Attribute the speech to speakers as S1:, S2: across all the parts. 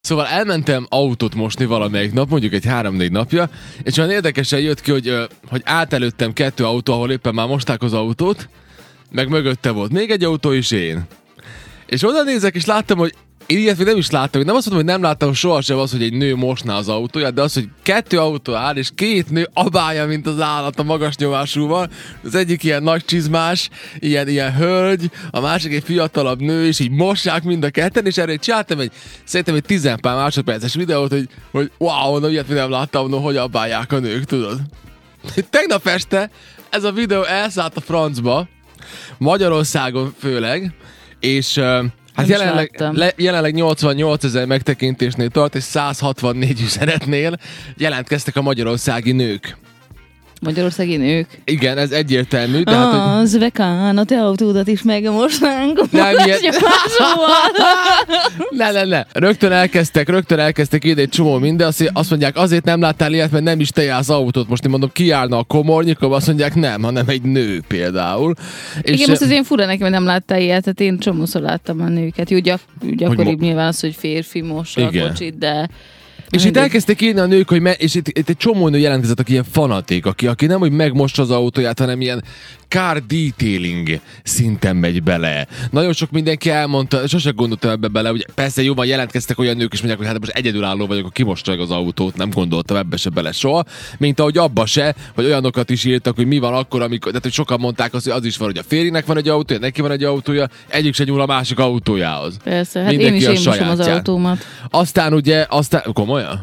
S1: Szóval elmentem autót mosni valamelyik nap, mondjuk egy három-négy napja, és olyan érdekesen jött ki, hogy, ö, hogy átelőttem kettő autó, ahol éppen már mosták az autót, meg mögötte volt még egy autó is én. És oda nézek, és láttam, hogy én ilyet még nem is láttam. Nem azt mondom, hogy nem láttam sohasem az, hogy egy nő mosná az autóját, de az, hogy kettő autó áll, és két nő abálja, mint az állat a magas nyomásúval. Az egyik ilyen nagy csizmás, ilyen, ilyen hölgy, a másik egy fiatalabb nő, és így mossák mind a ketten, és erre csináltam egy, szerintem egy 10 pár másodperces videót, hogy, hogy wow, mondom, ilyet még nem láttam, no, hogy abálják a nők, tudod? Tegnap este ez a videó elszállt a francba, Magyarországon főleg, és ö, hát
S2: is
S1: jelenleg,
S2: láttam.
S1: le, jelenleg 88 ezer megtekintésnél tart, és 164 üzenetnél jelentkeztek a magyarországi nők.
S2: Magyarországi nők.
S1: Igen, ez egyértelmű, de hát, hogy...
S2: Az vekán, Ah, a te autódat is megmosnánk.
S1: Nem, ilyen-
S2: Nyomásúval.
S1: Ne, ne, ne. Rögtön elkezdtek, rögtön elkezdtek ide egy csomó minden. Azt, azt mondják, azért nem láttál ilyet, mert nem is te jársz autót. Most én mondom, ki állna a komornyikom, azt mondják, nem, hanem egy nő például. És
S2: Igen, most az én fura nekem, hogy nem láttál ilyet, tehát én csomószor láttam a nőket. Jó, gyak, gyakoribb
S1: mo-
S2: nyilván az, hogy férfi mossa a
S1: Igen.
S2: kocsit, de...
S1: És itt
S2: mindegy.
S1: elkezdték írni a nők, hogy me- és itt, itt, egy csomó nő jelentkezett, aki ilyen fanatik, aki, aki nem, hogy megmossa az autóját, hanem ilyen car detailing szinten megy bele. Nagyon sok mindenki elmondta, sose gondoltam ebbe bele, hogy persze jóval jelentkeztek olyan nők, és mondják, hogy hát most egyedülálló vagyok, aki mossa meg az autót, nem gondoltam ebbe se bele soha, mint ahogy abba se, hogy olyanokat is írtak, hogy mi van akkor, amikor, tehát hogy sokan mondták azt, hogy az is van, hogy a férjének van egy autója, neki van egy autója, egyik se nyúl a másik autójához.
S2: Persze, hát
S1: Mindenki
S2: én
S1: a
S2: is én mosom az
S1: sajátját.
S2: autómat.
S1: Aztán ugye, aztán, komolyan?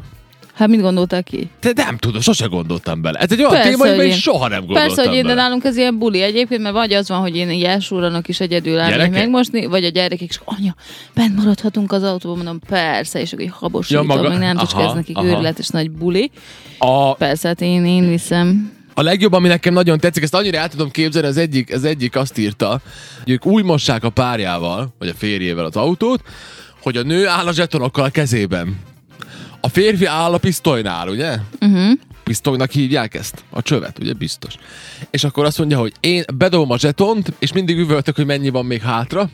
S2: Hát mit gondoltál ki?
S1: Te nem tudod, sose gondoltam bele. Ez egy olyan
S2: Persze,
S1: téma,
S2: hogy
S1: amiben én
S2: én-
S1: soha nem gondoltam
S2: Persze, hogy én, de
S1: bele.
S2: nálunk ez ilyen buli egyébként, mert vagy az van, hogy én így elsúranok is egyedül állni
S1: Gyerekek?
S2: megmosni, vagy a gyerekek is, anya, bent maradhatunk az autóban, mondom, persze, és akkor így habosítom,
S1: Ja,
S2: ja,
S1: maga-
S2: meg nem
S1: aha,
S2: csak ez nekik
S1: aha.
S2: őrület és nagy buli.
S1: A,
S2: Persze, hát én, én viszem.
S1: a legjobb, ami nekem nagyon tetszik, ezt annyira el tudom képzelni, az egyik, az egyik azt írta, hogy ők úgy mossák a párjával, vagy a férjével az autót, hogy a nő áll a zsetonokkal a kezében. A férfi áll a pisztolynál, ugye?
S2: Uh-huh.
S1: Pisztolynak hívják ezt? A csövet, ugye? Biztos. És akkor azt mondja, hogy én bedobom a zsetont, és mindig üvöltök, hogy mennyi van még hátra,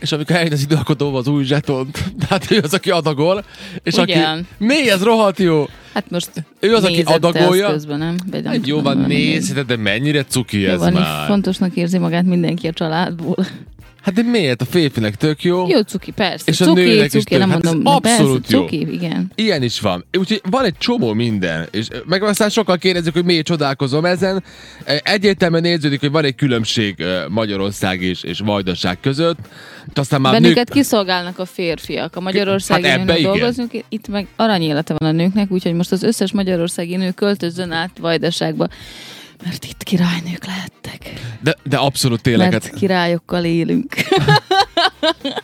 S1: és amikor eljön az idő, akkor dob az új zsetont. Tehát ő az, aki adagol, és
S2: Ugyan.
S1: aki... Mi? Ez rohadt jó!
S2: Hát most
S1: Ő az, aki
S2: nézed te
S1: adagolja.
S2: azt Közben, nem? Vagy nem
S1: Egy
S2: tudom,
S1: Hát jó van,
S2: valami.
S1: nézd, de- de mennyire cuki
S2: Jó
S1: ez
S2: van,
S1: már.
S2: fontosnak érzi magát mindenki a családból.
S1: Hát de miért? A férfinek tök jó.
S2: Jó cuki, persze.
S1: És a
S2: cuki,
S1: nőnek is
S2: cuki,
S1: tök-
S2: nem
S1: hát ez
S2: mondom, na
S1: abszolút
S2: persze,
S1: jó.
S2: cuki, igen.
S1: Ilyen is van. Úgyhogy van egy csomó minden. És meg aztán sokan kérdezik, hogy miért csodálkozom ezen. Egyértelműen néződik, hogy van egy különbség eh, Magyarország és, és Vajdaság között. Aztán már Hát nők...
S2: Bennünket kiszolgálnak a férfiak. A magyarországi
S1: Hát
S2: hát
S1: ebbe
S2: nőnek
S1: igen.
S2: dolgozunk, itt meg aranyélete van a nőknek, úgyhogy most az összes magyarországi nő költözzön át Vajdaságba, mert itt királynők lehettek.
S1: De, de abszolút tényleg.
S2: Mert
S1: Hát,
S2: királyokkal élünk.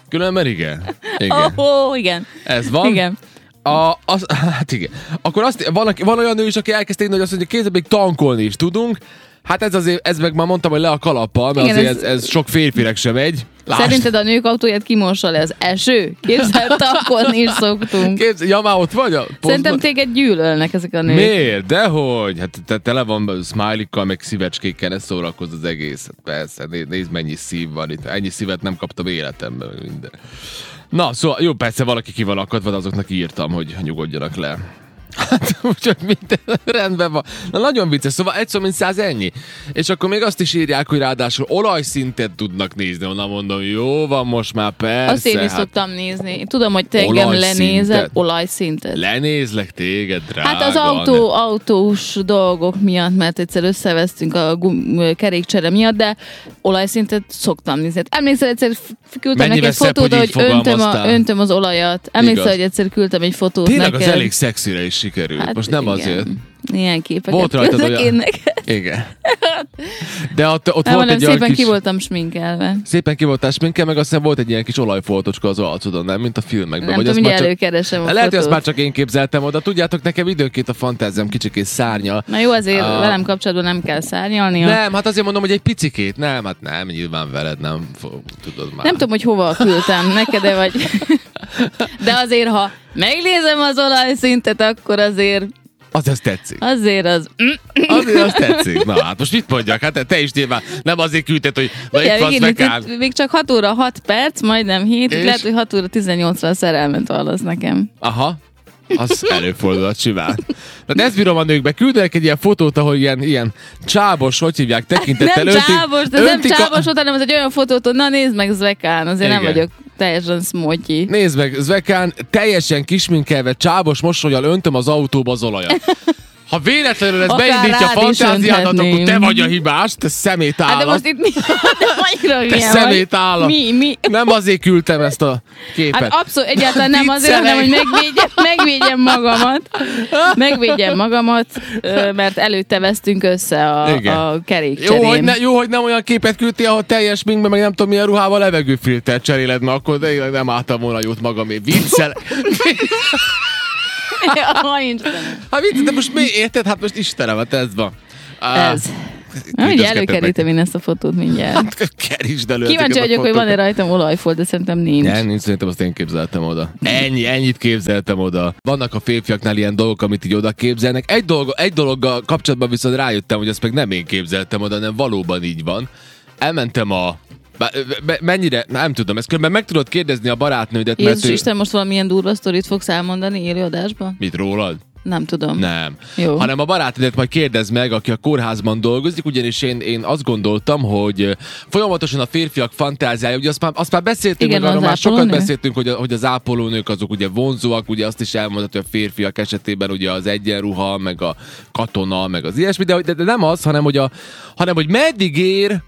S1: különben igen. Igen.
S2: Ó, oh, igen.
S1: Ez van.
S2: Igen.
S1: A, az, hát igen. Akkor azt, van, aki- van olyan nő is, aki elkezdte írni, hogy azt mondja, kézzel még tankolni is tudunk. Hát ez azért, ez meg már mondtam, hogy le a kalappal, mert
S2: Igen,
S1: azért ez,
S2: ez-
S1: ez, sok férfinek sem egy.
S2: Szerinted a nők autóját kimossa le az eső? Képzeld, tankolni is szoktunk.
S1: Képz, ja, már ott vagy a posztban?
S2: Szerintem téged gyűlölnek ezek a nők.
S1: Miért? Dehogy? Hát te tele van smiley-kkal, meg szívecskékkel, ez szórakoz az egész. Hát Persze, né- nézd mennyi szív van itt. Ennyi szívet nem kaptam életemben, meg minden. Na, szóval jó, persze valaki ki van akadva, de azoknak írtam, hogy nyugodjanak le. Hát, úgyhogy minden rendben van. Na, nagyon vicces, szóval egy szó, mint száz ennyi. És akkor még azt is írják, hogy ráadásul olajszintet tudnak nézni, onnan mondom, jó van most már, persze.
S2: Azt én is
S1: hát,
S2: szoktam nézni. Én Tudom, hogy te engem
S1: Olajszintet.
S2: lenézel, olajszintet.
S1: Lenézlek téged, drága.
S2: Hát az autó, autós dolgok miatt, mert egyszer összevesztünk a gum, kerékcsere miatt, de olajszintet szoktam nézni. Hát Emlékszel, egyszer f-
S1: Mennyivel
S2: küldtem neki egy
S1: szebb,
S2: fotót,
S1: hogy
S2: hogy
S1: így
S2: öntöm, a,
S1: fogalmaztál.
S2: öntöm az olajat. Emlékszel,
S1: Igaz.
S2: hogy egyszer küldtem egy fotót
S1: Tényleg
S2: neked.
S1: az elég szexire is sikerült. Hát, Most nem igen. azért.
S2: Ilyen képeket
S1: Volt rajtad
S2: küldök
S1: olyan-
S2: én neked.
S1: Igen. De ott, ott
S2: Nem,
S1: volt
S2: hanem
S1: egy olyan
S2: szépen
S1: kis...
S2: ki voltam sminkelve.
S1: Szépen ki voltál sminkel, meg aztán volt egy ilyen kis olajfoltocska az arcodon, nem? Mint a filmekben.
S2: Nem
S1: vagy
S2: tudom,
S1: azt már
S2: mindjárt
S1: csak...
S2: előkeresem a
S1: Lehet, hogy azt
S2: fotót.
S1: már csak én képzeltem oda. Tudjátok, nekem időnként a fantáziám kicsikét szárnya.
S2: Na jó, azért
S1: Ah.
S2: velem kapcsolatban nem kell szárnyalnia.
S1: Nem, hát azért mondom, hogy egy picikét. Nem, hát nem, nyilván veled nem fog, tudod már.
S2: Nem tudom, hogy hova küldtem, neked -e vagy. De azért, ha megnézem az olajszintet, akkor azért
S1: Az ez tetszik.
S2: Azért az... Hm,
S1: Azért az tetszik. Na hát most mit mondjak? Hát te is nyilván nem azért küldted, hogy na
S2: Igen,
S1: itt van
S2: még, itt,
S1: vekán.
S2: itt, még csak 6 óra 6 perc, majdnem 7,
S1: És?
S2: lehet, hogy 6 óra 18-ra a szerelmet vallasz nekem.
S1: Aha. Az előfordulhat simán. Tehát ezt bírom a nőkbe. Küldenek egy ilyen fotót, ahol ilyen, ilyen csábos, hogy hívják, tekintettel
S2: nem csábos, ez nem
S1: öntik a-
S2: csábos volt, hanem ez egy olyan fotót, hogy na nézd meg Zvekán, azért nem
S1: Igen.
S2: vagyok teljesen smotyi.
S1: Nézd meg, Zvekán teljesen kisminkelve, csábos mosolyal öntöm az autóba az olajat. Ha véletlenül ez
S2: Akár
S1: beindítja a
S2: rád is
S1: fantáziádat, akkor
S2: önthetném.
S1: te vagy a hibás, te szemét állat.
S2: Hát de most itt mi? De annyira
S1: te
S2: hülye vagy.
S1: szemét állat.
S2: Mi, mi?
S1: Nem azért küldtem ezt a képet.
S2: Hát abszolút egyáltalán nem azért, hanem hogy
S1: Viccelek.
S2: megvédjem, megvédjem magamat. Megvédjem magamat, ö, mert előtte vesztünk össze
S1: Igen.
S2: a, a kerékcserén.
S1: Jó hogy, ne, jó, hogy nem olyan képet küldtél, ahol teljes minkbe, meg nem tudom milyen ruhával levegőfilter cseréled, mert akkor tényleg nem álltam volna jót magamé. Viccel.
S2: Aj, Istenem.
S1: Hát vicc, de most mi érted? Hát most Istenem, hát ez van. Á,
S2: Ez. Na, ugye
S1: küldözgeted
S2: előkerítem én ezt a fotót mindjárt.
S1: meg. Kerítsd elő.
S2: Kíváncsi
S1: ezeket a
S2: vagyok, hogy
S1: fotókat.
S2: van-e rajtam olajfolt, de szerintem nincs.
S1: Nem, nincs, szerintem azt én képzeltem oda. Ennyi, ennyit képzeltem oda. Vannak a férfiaknál ilyen dolgok, amit így oda képzelnek. Egy, dolog, egy dologgal kapcsolatban viszont rájöttem, hogy ezt meg nem én képzeltem oda, hanem valóban így van. Elmentem a... Bá- be- Mennyire? Nem tudom, ezt különben meg tudod kérdezni a barátnődet, mert
S2: Jézus
S1: ő...
S2: Isten, most valamilyen durva sztorit fogsz elmondani élő adásban?
S1: Mit rólad?
S2: Nem tudom.
S1: Nem.
S2: Jó.
S1: Hanem a barátnődet majd kérdezd meg, aki a kórházban dolgozik, ugyanis én, én azt gondoltam, hogy ö, folyamatosan a férfiak fantáziája, ugye azt már, azt már beszéltünk,
S2: Igen,
S1: meg arról
S2: az
S1: már sokat
S2: ápolónő.
S1: beszéltünk, hogy, a- hogy az ápolónők azok ugye vonzóak, ugye azt is elmondható, hogy a férfiak esetében ugye az egyenruha, meg a katona, meg az ilyesmi, de, de, de nem az, hanem hogy, a, hanem hogy meddig ér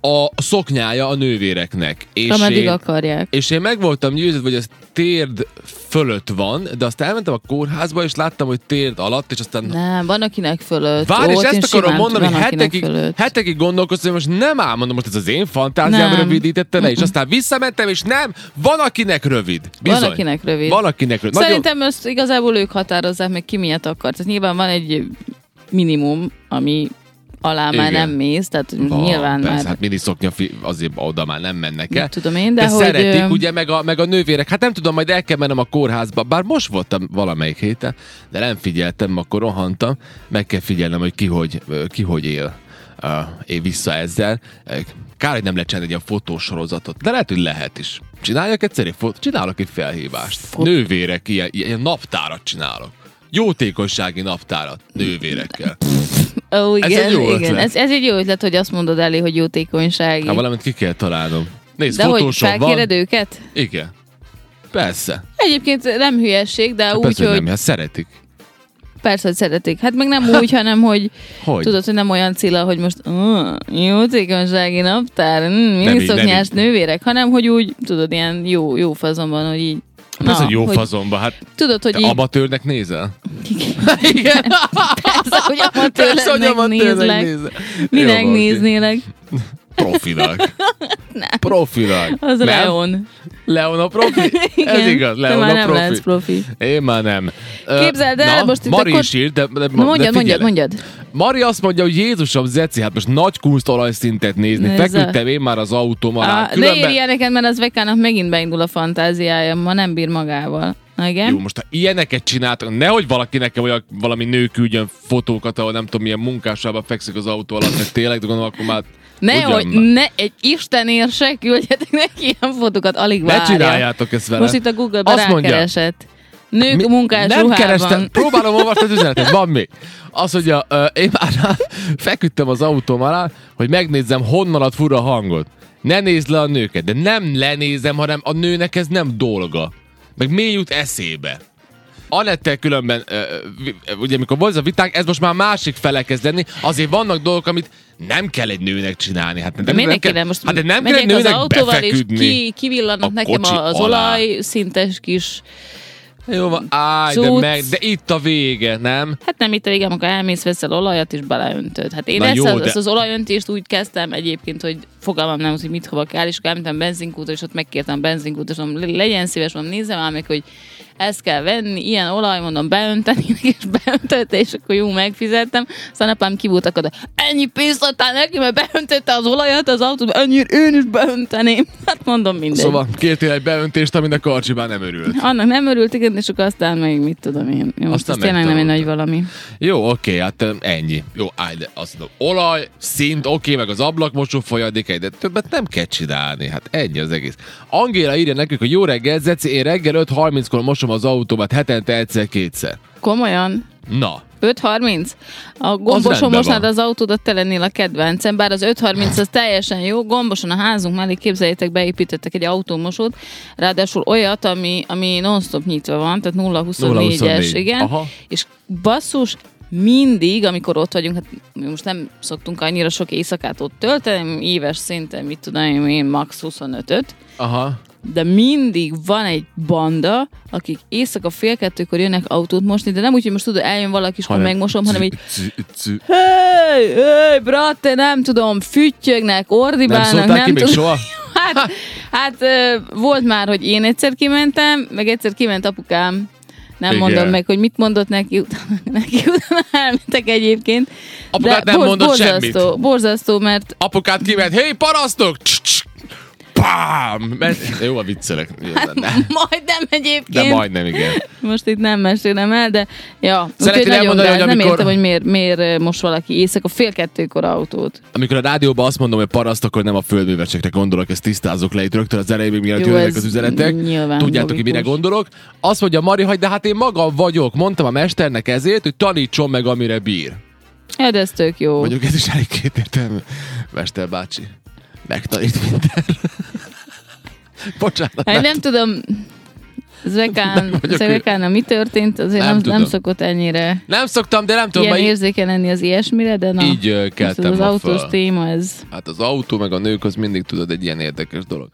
S1: a szoknyája a nővéreknek. És
S2: Ameddig
S1: én-
S2: akarják.
S1: és én meg voltam győződve, hogy ez térd fölött van, de azt elmentem a kórházba, és láttam, hogy térd alatt, és aztán...
S2: Nem, van akinek fölött.
S1: Várj, és
S2: Ott én
S1: ezt akarom
S2: simán-
S1: mondani, hogy
S2: van akinek
S1: hetekig,
S2: fölött.
S1: hetekig gondolkoztam, hogy most nem álmodom, most ez az én fantáziám
S2: Nem.
S1: rövidítette le, és aztán visszamentem, és nem, van akinek rövid. Bizony.
S2: Van akinek rövid.
S1: Van akinek rövid. Nagyon-
S2: Szerintem ezt igazából ők határozzák meg ki miért akar. Tehát nyilván van egy minimum, ami alá már
S1: Igen.
S2: nem mész, tehát
S1: Van,
S2: nyilván
S1: persze,
S2: már
S1: hát miniszoknya fi- azért oda már nem mennek el.
S2: mit tudom én, de,
S1: De, de
S2: hogy...
S1: szeretik,
S2: ö,
S1: ugye, meg a, meg a nővérek. Hát nem tudom, majd el kell mennem a kórházba. Bár most voltam valamelyik héten, de nem figyeltem, akkor rohantam. Meg kell figyelnem, hogy ki hogy, ö, ki hogy él. Uh, én vissza ezzel. Ö, Kár, hogy nem lehet csinálni egy ilyen fotósorozatot, de lehet, hogy lehet is. Csináljak egyszer egy fot- csinálok egy felhívást.
S2: Fot-
S1: Nővérek, ilyen, ilyen naptárat csinálok. Jótékonysági naptárat nővérekkel.
S2: Ó,
S1: Ez
S2: igen,
S1: egy jó
S2: igen.
S1: ötlet.
S2: Ez, ez, egy jó ötlet, hogy azt mondod elé, hogy jótékonysági.
S1: Hát valamit ki kell találnom. Nézd,
S2: de hogy
S1: fotósom van.
S2: felkéred őket?
S1: Igen. Persze.
S2: Egyébként nem hülyesség, de
S1: Hát
S2: úgy,
S1: persze, hogy
S2: hogy
S1: nem, hát szeretik.
S2: persze, hogy szeretik. Hát meg nem úgy, hanem hogy
S1: Hogy?
S2: tudod, hogy nem olyan cilla, hogy most "Ó, jótékonysági naptár, mm,
S1: így, nem
S2: miniszoknyás
S1: így.
S2: nővérek, hanem hogy úgy, tudod, ilyen jó, jó fazonban, hogy így
S1: Persze, hogy jó
S2: hogy-
S1: fazonban, hát
S2: Tudod, hogy
S1: te
S2: így...
S1: amatőrnek nézel? Igen.
S2: Persze,
S1: Persze,
S2: hogy
S1: hogy
S2: amatőrnek
S1: amatőrnek
S2: nézlek.
S1: nézel.
S2: Minek
S1: Jó, oké.
S2: néznélek?
S1: Profinak.
S2: Nem.
S1: Profinak.
S2: Az
S1: Nem?
S2: Leon.
S1: Leon a profi? Ez igaz,
S2: te
S1: Leon
S2: már
S1: a
S2: nem
S1: profi.
S2: Lehetsz profi.
S1: Én már nem. Ö,
S2: Képzeld el,
S1: na,
S2: most itt
S1: Mari
S2: akkor-
S1: is írt, de, de, de
S2: Na mondjad, mondjad,
S1: figyelek.
S2: mondjad.
S1: Mari azt mondja, hogy Jézusom, Zeci, hát most nagy kunsztalajszintet nézni.
S2: Nézze.
S1: Feküdtem én már az autóm alá.
S2: Á, ne írjál neked, mert az Vekának megint beindul a fantáziája, ma nem bír magával. Na igen?
S1: Jó, most ha ilyeneket csináltak, nehogy valaki nekem olyan, valami nő küldjön fotókat, ahol nem tudom, milyen munkásában fekszik az autó alatt, mert tényleg, de gondolom, akkor már...
S2: ne,
S1: ugyan
S2: hogy
S1: már.
S2: ne, egy istenért se küldjetek neki ilyen fotókat, alig
S1: Ne
S2: várja.
S1: csináljátok ezt vele.
S2: Most itt a Google-ben
S1: Azt mondja,
S2: rákeresett. Nők
S1: Mi-
S2: munkás
S1: nem
S2: ruhában.
S1: kerestem, próbálom olvasni az üzenetet, van még. Az, hogy a, ö, én már feküdtem az autóm alá, hogy megnézzem, honnan ad fura hangot. Ne nézd le a nőket, de nem lenézem, hanem a nőnek ez nem dolga. Meg mi jut eszébe? Anettel különben, ö, vi- ö, ugye amikor volt ez a vitánk, ez most már másik fele kezd lenni, azért vannak dolgok, amit nem kell egy nőnek csinálni. Hát nem, nem
S2: Minek
S1: kell,
S2: kéne most
S1: hát de nem kell egy
S2: megyek az
S1: nőnek
S2: autóval, és
S1: befeküdni.
S2: ki, kivillannak
S1: a
S2: nekem
S1: kocsi
S2: az
S1: alá.
S2: olajszintes kis...
S1: Jó van, állj, de,
S2: Cucc.
S1: meg, de itt a vége, nem?
S2: Hát nem itt igen, amikor elmész, veszel olajat és beleöntöd. Hát én
S1: Na
S2: ezt,
S1: jó,
S2: jó, az,
S1: de-
S2: ezt az olajöntést úgy kezdtem egyébként, hogy fogalmam nem, az, hogy mit hova kell, és akkor elmentem benzinkútra, és ott megkértem benzinkútra, és mondom, "Le- legyen szíves, mondom, nézzem már meg, hogy ezt kell venni, ilyen olaj, mondom, beönteni, és beöntötte, és akkor jó, megfizettem. Aztán apám kibújtak oda, ennyi pénzt adtál neki, mert beöntötte az olajat az autóba, ennyire én is beönteném. Hát mondom mindegy.
S1: Szóval kértél egy beöntést, aminek a Karcsi már nem örült.
S2: Annak nem örült, igen, és akkor aztán meg mit tudom én. Jó, most
S1: Aztán
S2: ez tényleg nem egy nagy
S1: megtanultad.
S2: valami.
S1: Jó, oké, hát ö, ennyi. Jó, állj, de azt mondom, olaj, szint, oké, meg az ablakmosó folyadék, de többet nem kell csinálni. Hát ennyi az egész. Angéla írja nekünk, hogy jó reggel, Zeci, én reggel 5.30-kor mosom az autómat hetente egyszer-kétszer.
S2: Komolyan?
S1: Na,
S2: 5.30? A
S1: Az rendben
S2: gomboson mosnád
S1: van.
S2: az autódat, te lennél a kedvencem, bár az 5.30 az teljesen jó. Gomboson a házunk mellé, képzeljétek, beépítettek egy autómosót, ráadásul olyat, ami, ami non-stop nyitva van, tehát 0.24-es,
S1: 0,24.
S2: igen.
S1: Aha.
S2: És basszus, mindig, amikor ott vagyunk, hát mi most nem szoktunk annyira sok éjszakát ott tölteni, éves szinten, mit tudom én, max 25-öt,
S1: aha.
S2: de mindig van egy banda, akik éjszaka fél kettőkor jönnek autót mosni, de nem úgy, hogy most tudod, eljön valaki, és akkor megmosom, hanem így
S1: így...
S2: Hey, hey, brate, nem tudom, füttyögnek,
S1: Nem
S2: ordibálnak,
S1: szóltál
S2: nem,
S1: ki még
S2: tudom.
S1: soha?
S2: Hát, hát ö, volt már, hogy én egyszer kimentem, meg egyszer kiment apukám. Nem
S1: Igen.
S2: Igen. mondom meg, hogy mit mondott neki, utána, neki utána elmentek egyébként.
S1: Apukát nem mondott
S2: borzasztó,
S1: semmit.
S2: borzasztó, mert
S1: Apukát kiment, hé, parasztok! Cs, cs, Pám! Ment. Jó, a viccelek. Jó lenne.
S2: majdnem egyébként.
S1: De majdnem, igen.
S2: Most itt nem mesélem el, de ja,
S1: Szeretnéd
S2: úgyhogy nagyon
S1: elmondani,
S2: gáz.
S1: hogy
S2: Nem
S1: amikor-
S2: értem, hogy miért, miért most valaki éjszaka fél kettőkor autót.
S1: Amikor a rádióban azt mondom, hogy paraszt, akkor nem a földművesekre gondolok, ezt tisztázok le itt rögtön az elején, még mielőtt
S2: Jó,
S1: jönnek
S2: ez
S1: az üzenetek.
S2: nyilván
S1: Tudjátok, hogy mire
S2: logikus.
S1: gondolok. Azt mondja Mari, hogy de hát én magam vagyok. Mondtam a mesternek ezért, hogy tanítson meg, amire bír.
S2: Ja, de Hát ez tök jó.
S1: Mondjuk ez is elég kétértelmű. Mester bácsi, megtanít mindent. Bocsánat.
S2: Hát nem tudom, Zvekán,
S1: vagyok
S2: Zvekán, mi történt, azért
S1: Nem
S2: nem, nem,
S1: tudom.
S2: nem szokott ennyire
S1: Nem szoktam, de nem tudom,
S2: ilyen
S1: ma így,
S2: érzékeny lenni az ilyesmire, de na.
S1: így ö,
S2: most
S1: keltem
S2: az
S1: ma
S2: autós
S1: föl.
S2: téma, ez
S1: Hát az autó meg a nők az mindig tudod egy ilyen érdekes dolog.